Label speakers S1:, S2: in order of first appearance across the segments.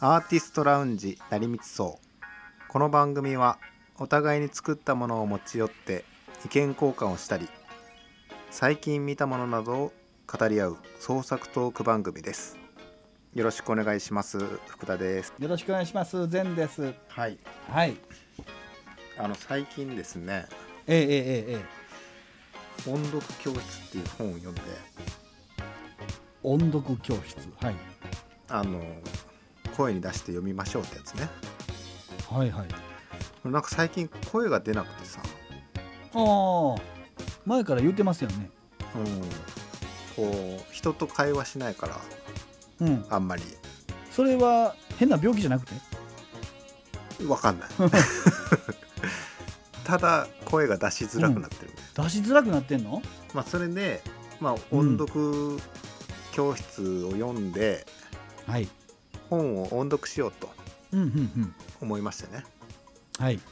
S1: アーティストラウンジ成光荘この番組はお互いに作ったものを持ち寄って意見交換をしたり最近見たものなどを語り合う創作トーク番組ですよろしくお願いします福田です
S2: よろしくお願いします。善です。
S1: はい
S2: はい。
S1: あの最近ですね
S2: えええええ
S1: 「
S2: え。
S1: 音読教室」っていう本を読んで
S2: 音読教室。はい。
S1: あの声に出して読みましょうってやつね
S2: はいはい。
S1: なんか最近声が出なくてさ
S2: ああ。前から言ってますよね。
S1: うん、こう人と会話しないから
S2: うん。
S1: あんまり
S2: それは変な病気じゃなくて。
S1: わかん ないただ声が出しづらくなってる、
S2: 出しづらくなってんの。
S1: まあ、それで、まあ、
S2: うん
S1: 音読教室を読んで、
S2: はい。
S1: 本を音読しようと
S2: うんうんうん。
S1: 思いましてね、
S2: はい。
S1: ま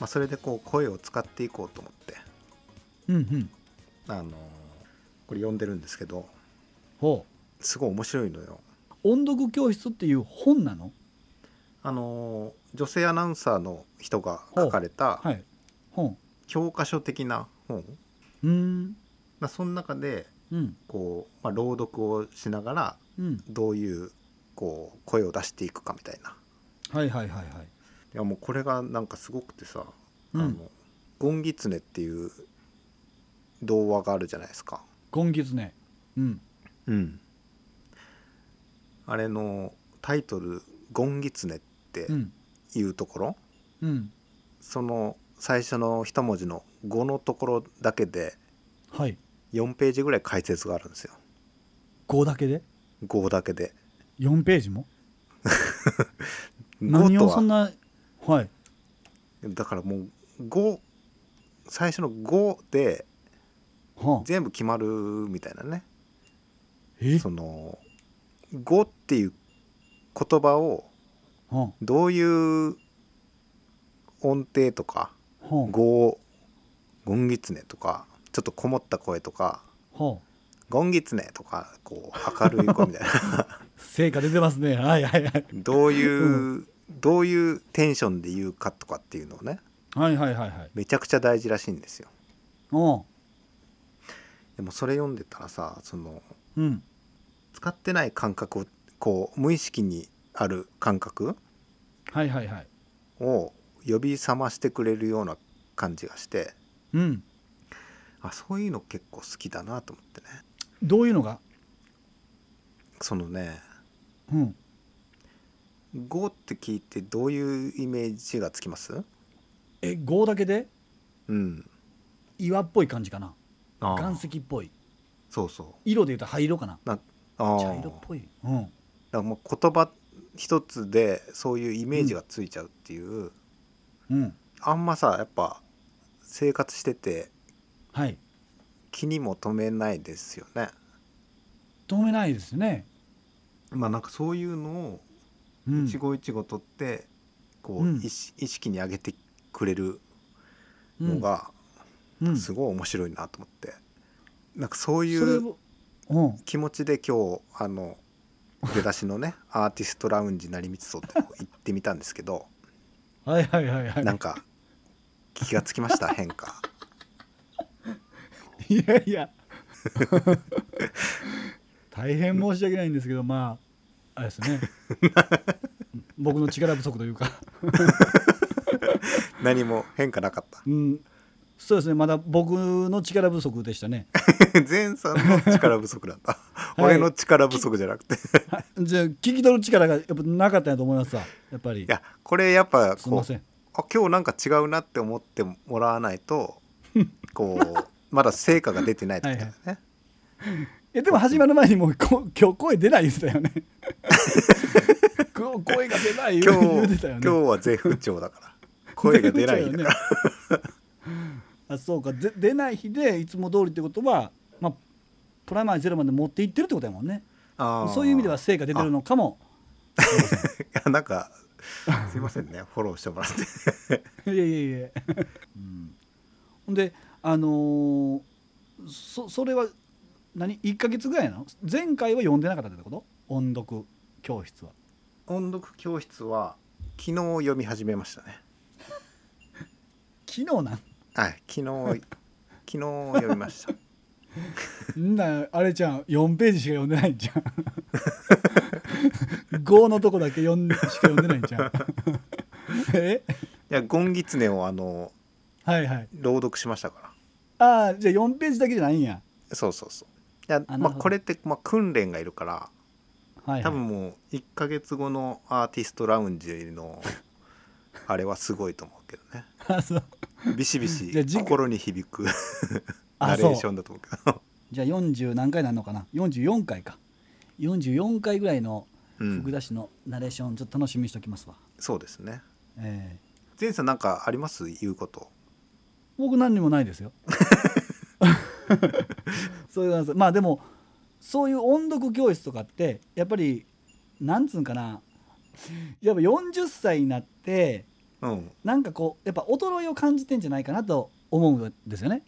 S1: あ、それでこう声を使っていこうと思って、
S2: うんうん。
S1: あのーこれ読んでるんですけど
S2: ほう。
S1: すごい面白いのよ、
S2: 音読教室っていう本なの。
S1: あのー女性アナウンサーの人が書かれた
S2: い。本。
S1: 教科書的な本、
S2: うーん。
S1: まあ、その中で
S2: うん。
S1: こう、まあ、朗読をしながら
S2: うん。
S1: どういうこう声を出していくかみたいな
S2: はいはいはいはい。
S1: いやもうこれがなんかすごくてさ「
S2: う
S1: あ
S2: ん。
S1: のゴンギツネ」っていう童話があるじゃないですか、
S2: 今月ね。うん。
S1: うん、あれのタイトル「ゴンギツネ」って
S2: うん。
S1: いうところ、
S2: うん。
S1: その最初の一文字の「語」のところだけで
S2: はい。
S1: 4ページぐらい解説があるんですよ
S2: 五だけで。
S1: 語だけで。
S2: 四ページも。
S1: 語
S2: 何
S1: と
S2: を
S1: は
S2: そんな。はい。
S1: だからもう5最初の5で
S2: はあ。
S1: 全部決まるみたいなね
S2: え
S1: その5っていう言葉を
S2: は
S1: どういう音程とか
S2: あ。はあ。
S1: 5ゴンギツネとかちょっとこもった声とか
S2: はあ。
S1: ゴンギツネとかこう明るい声みたい な
S2: 成果出てますね。はいはいはい。
S1: どういう、
S2: う
S1: どういうテンションで言うかとかっていうのをね
S2: はいはいはいはい。
S1: めちゃくちゃ大事らしいんですよ
S2: お
S1: でもそれ読んでたらさその
S2: うん。うん。
S1: 使ってない感覚をこう無意識にある感覚
S2: はいはいはい。
S1: を呼び覚ましてくれるような感じがして
S2: うん。
S1: あそういうの結構好きだなと思ってね
S2: どういうのが。
S1: そのね
S2: うん。
S1: 「語」って聞いてどういうイメージがつきます
S2: え、五だけで。
S1: うん
S2: 岩っぽい感じかな。
S1: あ
S2: 岩石っぽい。
S1: そうそう
S2: 色で言うと灰色かな。
S1: ああ
S2: 茶色っぽい。う
S1: だ
S2: ん。
S1: からもう言葉一つでそういうイメージがついちゃうっていう、
S2: うん。
S1: あんまさやっぱ生活してて
S2: はい。
S1: 気にも留めないですよね
S2: 止めないですね。
S1: まあなんかそういうのを
S2: うん。
S1: 一期一会とってこう、
S2: うん
S1: 意識意識に上げてくれる
S2: うん
S1: のが
S2: うん。
S1: す
S2: そ
S1: ごい面白いなと思って、なんかそうい
S2: れ
S1: う
S2: を。うん。
S1: 気持ちで今日あの出だしの ねアーティストラウンジ成光荘ってとこ行ってみたんですけど
S2: はいはいはいはい。
S1: なんか気がつきま した変化
S2: いやいや大変申し訳ないんですけどまああれです ね僕の力不足というか、
S1: 何も変化なかっ
S2: うん、そうですねまだ僕の力不足でしたね
S1: た 前さんの力不足だった、
S2: い
S1: 俺の力不足じゃなくて い
S2: あじゃあ聞き取る力がやっぱなかったんやと思いますわやっぱり
S1: やこれやっぱ
S2: すみま
S1: こう
S2: せん
S1: あ今日なんか違うなって思ってもらわない とこうまだ成果が出てないってことだよね、
S2: えでも始まる前にもうこ今日声出ないですよ ねこ声が出ない言
S1: 今
S2: う言うて
S1: 日
S2: たよね
S1: 今日は絶不調だ から声が出ないんだから、
S2: あそうかで出ない日でいつも通りってことは、まあ、プラマイゼロまで持っていってるってことやもんね
S1: あー
S2: そういう意味では成果出てるのかも
S1: いやなんかすいませんね フォローしてもらって
S2: いやいやいや、うん、ほんであのーそそれは何1か月ぐらいなの前回は読んでなかったってこと音読教室は
S1: 音音読教室は昨日読み始めましたね
S2: 昨日なん
S1: はい昨日 昨日読みました
S2: んなあれじゃん4ページしか読んでないんじゃん 5のとこだけ読んしか読んでないんじゃ んえ
S1: いや「ゴンギツネ」をあの
S2: はいはい
S1: 朗読しましたから
S2: ああじゃあ4ページだけじゃないんや
S1: そうそうそういや
S2: あ
S1: ま
S2: なる
S1: あ
S2: ほど
S1: これって、まあ、訓練がいるから
S2: はい、
S1: 多
S2: はい、
S1: 分もう1ヶ月後のアーティストラウンジのあれはすごいと思うけどね
S2: あそう
S1: ビシビシ
S2: じゃあ次回
S1: 心に響くナ
S2: あ
S1: レ
S2: そう
S1: ーションだと思うけ ど
S2: じゃあ40何回なんのかな44回か44回ぐらいの
S1: う
S2: 福
S1: ん、
S2: 田氏のナレーションちょっと楽しみにしておきますわ、
S1: そうですね
S2: ええ
S1: 前さんなんかあります言うこと
S2: 僕何にもないで すよそういうなんですまあでもそういう音読教室とかってやっぱりなんつうんかなやっぱ40歳になって
S1: うん
S2: なんかこうやっぱ衰えを感じてんじゃないかなと思うんですよね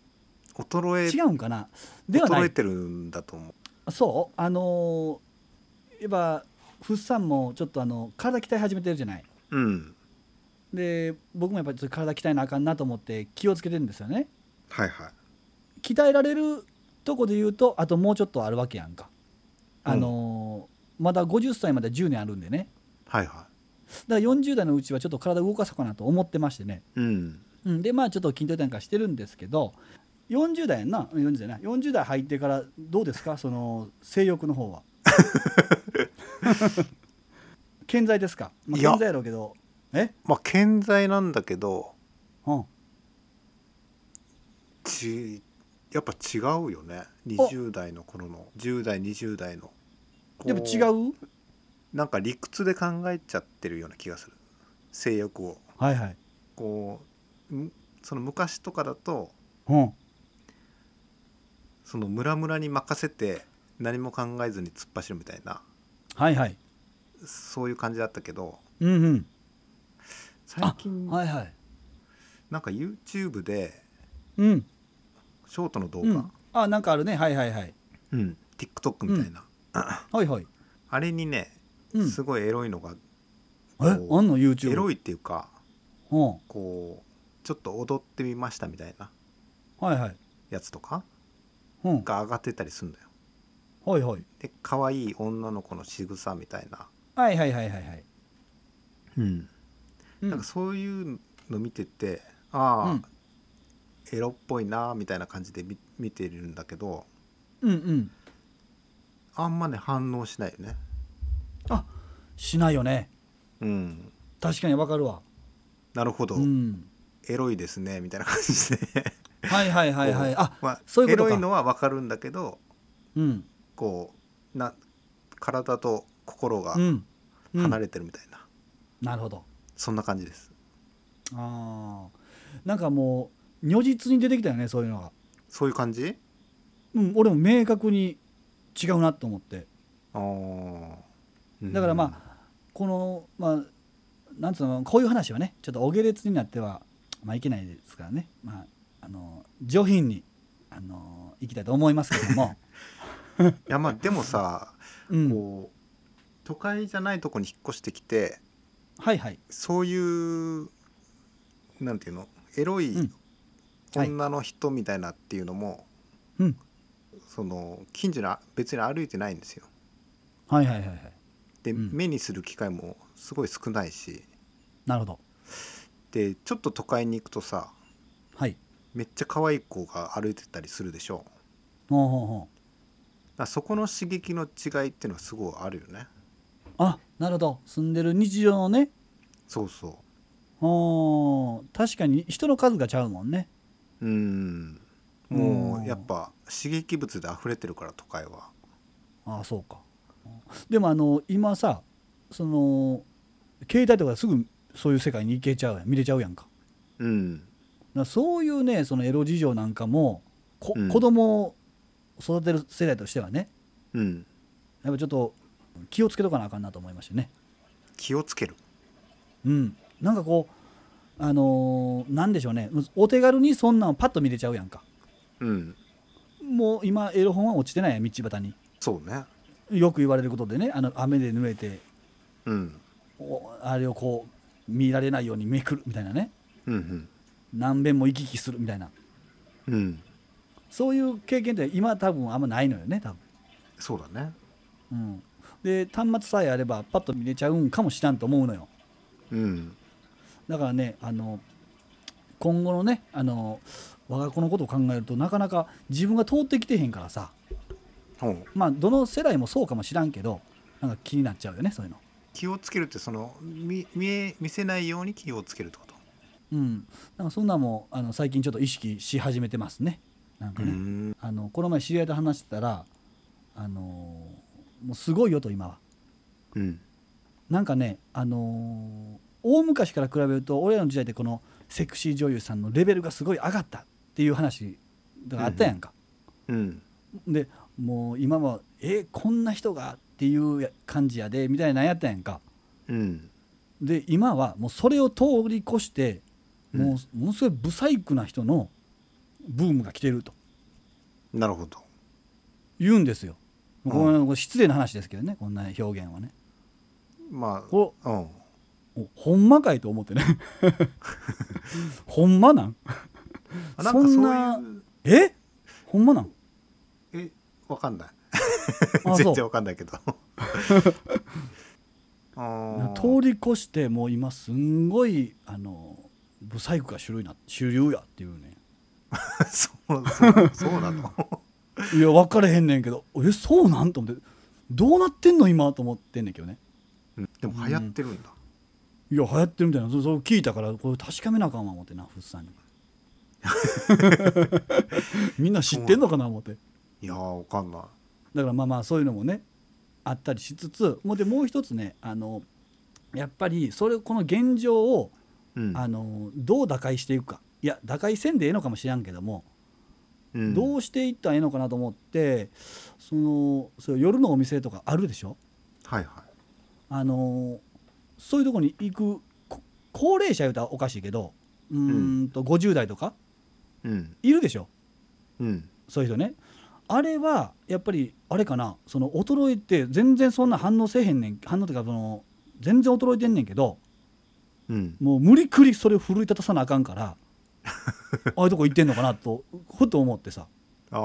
S2: 違
S1: 衰
S2: うんかな
S1: え
S2: ではな
S1: 衰え
S2: い
S1: てるんだと思う
S2: そうあのーやっぱフッサンもちょっとあの体鍛え始めてるじゃない
S1: うん
S2: で僕もやっぱりちょっと体鍛えなあかんなと思って気をつけてるんですよね
S1: はいはい
S2: 鍛えられるとこで言うとあともうちょっとあるわけやんか、あのーまだ50歳まで10年あるんでね
S1: はいは
S2: だから40代のうちはちょっと体動かそうかなと思ってましてね、
S1: いうん
S2: うん、でまあちょっと筋トレなんかしてるんですけど40代やんなうん40代やな40代入ってからどうですかその性欲の方 は健在ですか、まあ、
S1: いや
S2: 健在やろうけどえ
S1: まあ健在なんだけど
S2: うん
S1: ちやっぱ違うよね20代の頃の10代20代のこう
S2: でも違う
S1: なんか理屈で考えちゃってるような気がする性欲を
S2: はいはい
S1: こうんその昔とかだと
S2: うん
S1: そのムラムラに任せて何も考えずに突っ走るみたいな
S2: はいはい
S1: そういう感じだったけど
S2: うん
S1: 最近
S2: うんはいはい
S1: なんか YouTube で
S2: うん
S1: ショートの動画、う
S2: うん
S1: ん、
S2: あなんかあるねはいはいはい
S1: TikTok みたいな、
S2: はいはい
S1: あれにね
S2: うん
S1: すごいエロいのが、
S2: えあんの YouTube
S1: エロ
S2: い
S1: いっていうか
S2: うん
S1: こうちょっと踊ってみましたみたいな
S2: はいはい
S1: やつとか
S2: うん
S1: が上がってたりするんだよ
S2: はいはい
S1: で可愛い女の子の仕草みたいな、
S2: はいはいはいはいはい
S1: うん、
S2: うん
S1: なんかそういうの見ててああ、
S2: うん
S1: エロっぽいなみたいな感じで見見てるんだけど
S2: うんうん
S1: あんまね反応しないよね
S2: しないよね
S1: うん
S2: 確かにわかるわ
S1: なるほど、
S2: うん
S1: エロいですねみたいな感じで
S2: はいはいはいはい
S1: こ
S2: あ
S1: まあ
S2: そういうこ
S1: エ
S2: とか
S1: ロいのはわかるんだけど
S2: うん
S1: こうな体と心が
S2: うんうん
S1: 離れてるみたいな、
S2: なるほど
S1: そんな感じです
S2: あーなんかもう如実に出てきたよねそういうのが
S1: そういう感じ
S2: うん俺も明確に違うなと思って
S1: あーうん
S2: だからまあ、このまあなんつうのこういう話はねちょっとお下劣になっては、まあ、いけないですからね、まあ、あの上品にあのいきたいと思いますけ ども、
S1: いやまあでもさ、
S2: うん、
S1: こう都会じゃないとこに引っ越してきて
S2: はいはい
S1: そういうなんていうのエロ
S2: う
S1: い
S2: んはい
S1: 女の人みたいなっていうのも、
S2: うん
S1: その近所にあ別に歩いてないんですよ。
S2: はいはいはいはい
S1: で、
S2: うん
S1: 目にする機会もすごい少ないし
S2: なるほど
S1: でちょっと都会に行くとさ
S2: はい
S1: めっちゃ可愛い子が歩いてたりするでしょ。
S2: ほうほうほう
S1: だからそこの刺激の違いっていうのはすごいあるよね。
S2: あなるほど住んでる日常のね
S1: そうそ
S2: おー確かに人の数がちゃうもんね
S1: う。うん。も
S2: うん
S1: うやっぱ刺激物で溢れてるから都会は。
S2: ああそうかでもあの今さその携帯とかですぐそういう世界に行けちゃうやん見れちゃうやんか
S1: うん。
S2: だからそういうねそのエロ事情なんかもこ、
S1: うん
S2: 子供を育てる世代としてはね
S1: うん。
S2: やっぱちょっと気をつけとかなあかんなと思いましたね。
S1: 気をつける。
S2: うん、なんかこうあのーなんでしょうねお手軽にそんなんをパッと見れちゃうやんか
S1: うん。
S2: もう今エロ本は落ちてないやん道端に
S1: そうね。
S2: よく言われることでねあの雨で濡れて
S1: うん。
S2: おあれをこう見られないようにめくるみたいなね
S1: うん
S2: 何遍も行き来するみたいな
S1: うんうん
S2: そういう経験って今多分あんまないのよね多分、
S1: そうだね
S2: うん、で端末さえあればパッと見れちゃうんかもしらんと思うのよ
S1: うん
S2: だからねあの今後のねあの我が子のことを考えるとなかなか自分が通ってきてへんからさ
S1: ほう
S2: まあどの世代もそうかもしらんけどなんか気になっちゃうよねそういうの。
S1: 気をつけるってその見見え見せないように気をつけるってこと
S2: うん、なんかそんなんもあの最近ちょっと意識し始めてますね。なんかね、
S1: ん
S2: あのこの前知り合いと話してたら、あのーもうすごいよと今は。
S1: うん
S2: なんかね、あのー大昔から比べると俺らの時代でこのセクシー女優さんのレベルがすごい上がったっていう話があったやんか。
S1: うん
S2: でもう今は「えこんな人が」っていう感じやでみたいなんやったやんか。
S1: うん
S2: で今はもうそれを通り越して
S1: うん
S2: もうものすごいブサイクな人のブームが来てると
S1: なるほど
S2: 言うんですよ。
S1: うん
S2: これこれ失礼な話ですけどねこんな表現はね。
S1: まあ
S2: こ
S1: うん
S2: れおほんまかいと思ってね。 ほんまなん
S1: あなんか
S2: そんな
S1: そういう
S2: えほん まなん
S1: えわかんない
S2: あ
S1: 全
S2: そ
S1: 然
S2: う
S1: わかんない けどあー
S2: 通り越してもう今すんごいあのブサイクが主流な主流やっていうね。
S1: そうそうそうな の
S2: いや分かれへんねんけどえそうなんと思ってどうなってんの今と思ってんねんけどね
S1: うんでも流行ってるんだ
S2: いや流行ってるみたいなそそう聞いたからこれ確かめなあかんわ思ってなふっさ んにみんな知ってんのかな思って
S1: いやーわかんない
S2: だからまあまあそういうのもねあったりしつつもうでもう一つねあのやっぱりそれこの現状を、
S1: うん
S2: あのどう打開していくかいや打開せんでええのかもしらんけども、
S1: うん
S2: どうしていったらええのかなと思ってそのそれ夜のお店とかあるでしょ
S1: はいは
S2: あのーそういうとこに行くこ高齢者言うたらおかしいけどうーんと50代とか
S1: いうん
S2: いるでしょ
S1: うん
S2: そういう人ねあれはやっぱりあれかなその衰えて全然そんな反応せえへんねん反応っていうかその全然衰えてんねんけど
S1: うん
S2: もう無理くりそれを奮い立たさなあかんから ああいうとこ行ってんのかなとふと思ってさ
S1: あ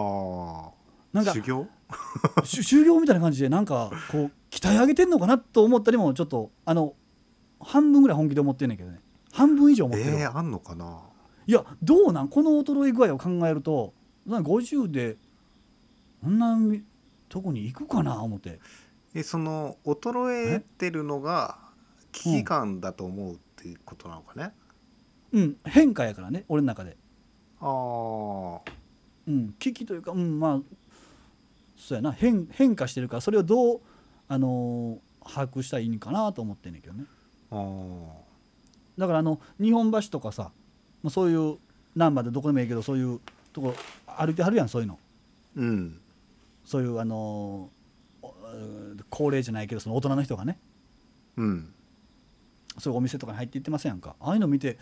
S2: なん
S1: あ
S2: か
S1: 修行
S2: し修行みたいな感じでなんかこう鍛え上げてんのかなと思ったりもちょっとあの半分ぐらい本気で思ってんねんけどね半分以上思ってるわ
S1: えー、あんのかない
S2: やどうなんこの衰え具合を考えるとなんか50でこんなみとこに行くかな思って
S1: えその衰えてるのが危機感だと思うっていうことなのかね、
S2: うん変化やからね俺の中で
S1: ああ
S2: うん危機というかうんまあそうやな変変化してるからそれをどう、あのー把握したらいいんかなと思ってんねんけどね
S1: あー
S2: だからあの日本橋とかさもうそういう難波でどこでもいいけどそういうとこ歩いてはるやんそういうの
S1: うん
S2: そういうあのーおうん高齢じゃないけどその大人の人がね
S1: うん
S2: そういうお店とかに入っていってませんかああいうの見て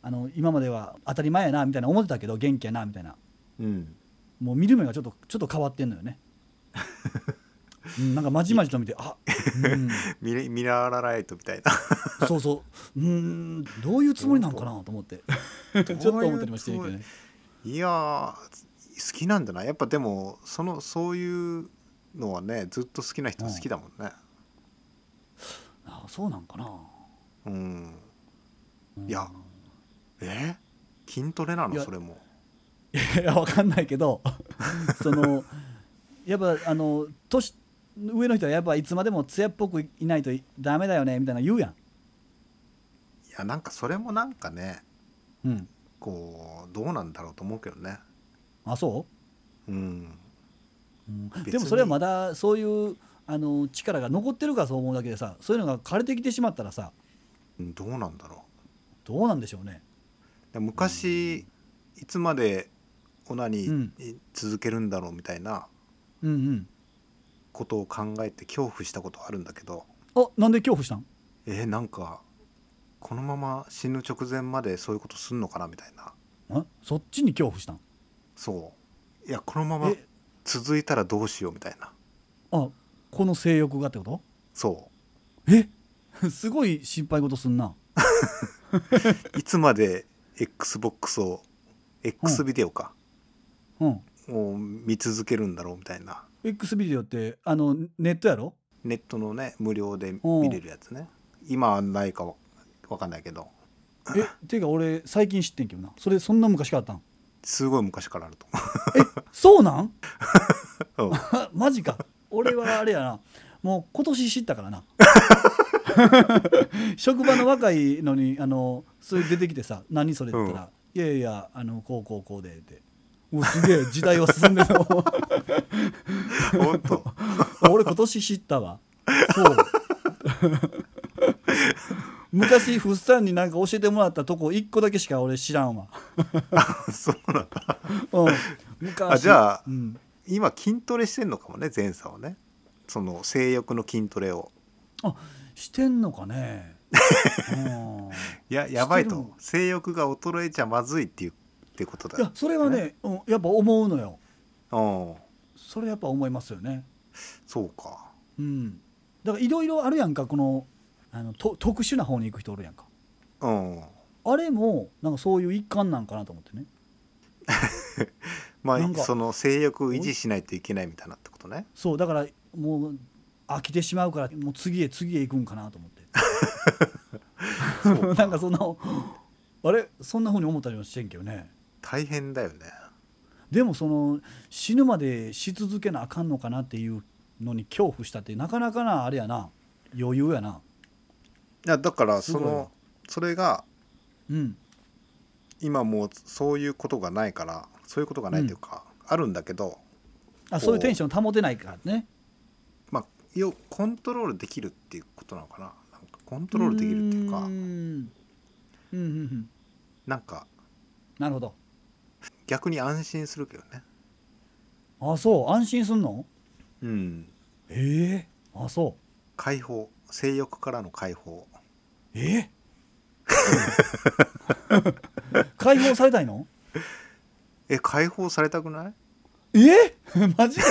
S2: あの今までは当たり前やなみたいな思ってたけど元気やなみたいな
S1: うん
S2: もう見る目がちょっとちょっと変わってんのよ ねうんなんかまじまじと見てあ、うん、
S1: ミレミラーライトみたいな
S2: そうそううんどういうつもりなんかなと思って ちょっと思ったりもしてるけどね
S1: いやー好きなんじゃないやっぱでもそのそういうのはねずっと好きな人は好きだもんね
S2: あそうなんかな、
S1: うん、
S2: うん
S1: いやえ筋トレないの
S2: や
S1: それも
S2: いやわかんないけど そのやっぱあの年上の人はやっぱいつまでも艶っぽくいないとダメだよねみたいなの言うや
S1: いやなんかそれもなんかね
S2: ん、うん、
S1: こうどうなんだろうと思うけどね
S2: あそう
S1: うん
S2: うん
S1: 別に
S2: でもそれはまだそういうあの力が残ってるからそう思うだけでさそういうのが枯れてきてしまったらさ
S1: うんどうなんだろ
S2: どうなんでしょうね
S1: うで昔いつまでオナニ
S2: うん
S1: ー続けるんだろうみたいな
S2: うんうん
S1: ことを考えて恐怖したことあるんだけど
S2: あなんで恐怖したん
S1: えーなんかこのまま死ぬ直前までそういうことすんのかなみたいな
S2: あそっちに恐怖したん
S1: そういやこのまま
S2: え
S1: 続いたらどうしようみたいな
S2: あこの性欲がってこと
S1: そ
S2: え すごい心配事すんな。
S1: いつまで XBOX を X ビデオか、
S2: うん。
S1: を見続けるんだろうみたいな
S2: X ビデオって、あの、ネットやろ
S1: ネットのね無料で見れるやつね今はないかわわかんないけど
S2: え、っていうか俺、最近知ってんけどな。それ、そんな昔からあったん
S1: すごい昔からあると
S2: そうなん
S1: 思ううん
S2: あマジか。俺はあれやな。もう今年知ったからな。 職場の若いのに、あの、それ出てきてさ、何それって言ったら、いやいや、あの、こうこうこうで、って。うわすげえ、時代は進んでる。
S1: ほんと
S2: 俺今年知ったわそう 昔ふっさんになんか教えてもらったとこ一個だけしか俺知らんわ、
S1: そうなんだ
S2: うん、昔
S1: あじゃあ
S2: うん、
S1: 今筋トレしてんのかもね前作をねその性欲の筋トレを
S2: してんのかね、うん、
S1: いややばい
S2: してる
S1: と
S2: の
S1: 性欲が衰えちゃまずいっていうってことだ
S2: いやそれはね、うん、やっぱ思うのよ
S1: うん
S2: それやっぱ思いますよね
S1: そうか
S2: うんだからいろいろあるやんかこのあのと特殊な方に行く人おるやんか
S1: うん
S2: あれもなんかそういう一環なんかなと思ってね
S1: ま
S2: なん
S1: あ
S2: か
S1: その性欲を維持しないといけないみたいなってことね
S2: そうだからもう飽きてしまうからもう次へ次へ行くんかなと思って
S1: そう
S2: なんかそんなあれそんなふうに思ったりもしてんけどね
S1: 大変だよね
S2: でもその死ぬまでし続けなあかんのかなっていうのに恐怖したってなかなかなあれやな余裕やない
S1: やだから
S2: す
S1: そ
S2: ごいな
S1: のそれが
S2: うん
S1: 今もうそういうことがないからそういうことがないというか、あるんだけど
S2: あそういうテンション保てないからね
S1: まあ要コントロールできるっていうことなのかななんかコントロールできるっていうか
S2: ーんうんうんうん
S1: なんか
S2: なるほど
S1: 逆に安心するけどね
S2: あそう安心すんの
S1: うん
S2: ええあそう
S1: 解放性欲からの解放
S2: え解放されたいの
S1: え解放されたくない
S2: え マジで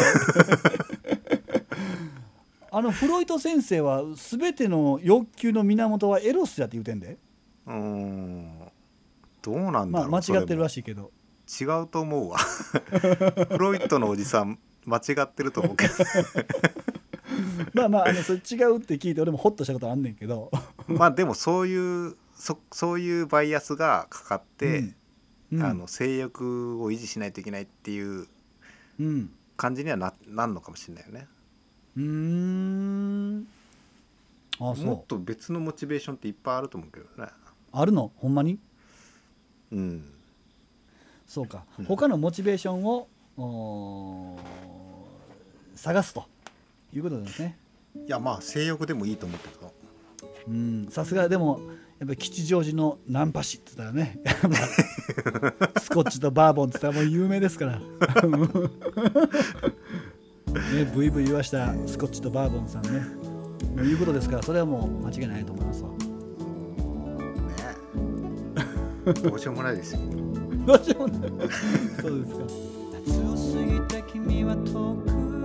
S2: あのフロイト先生は全ての欲求の源はエロスだって言うてんで、
S1: うーんどうなんだ
S2: ま
S1: ろう、
S2: あ、間違ってるら
S1: い
S2: しいけど
S1: 違うと思うわ フロイトのおじさん間違ってると思うけど
S2: まあまああのそれ違うって聞いて俺もホッとしたことあんねんけど
S1: まあでもそういうそそういうバイアスがかかって、
S2: うん
S1: あの性欲を維持しないといけないっていう
S2: うん
S1: 感じにはななんのかもしれないよね
S2: うーんあ
S1: もっ
S2: そう
S1: と別のモチベーションっていっぱいあると思うけどね
S2: あるのほんまに
S1: うん
S2: そうか、
S1: うん
S2: 他のモチベーションをおー探すということですね
S1: いやまあ性欲でもいいと思うけど
S2: うんさすがでもやっぱり吉祥寺のナンパ師って言ったらね まあスコッチとバーボンって言ったらもう有名ですから ねブイブイ言わしたスコッチとバーボンさんねもういうことですからそれはもう間違いないと思いますわ
S1: ねどうしようもないですよ
S2: どうしようもないそうですか強すぎた君は遠く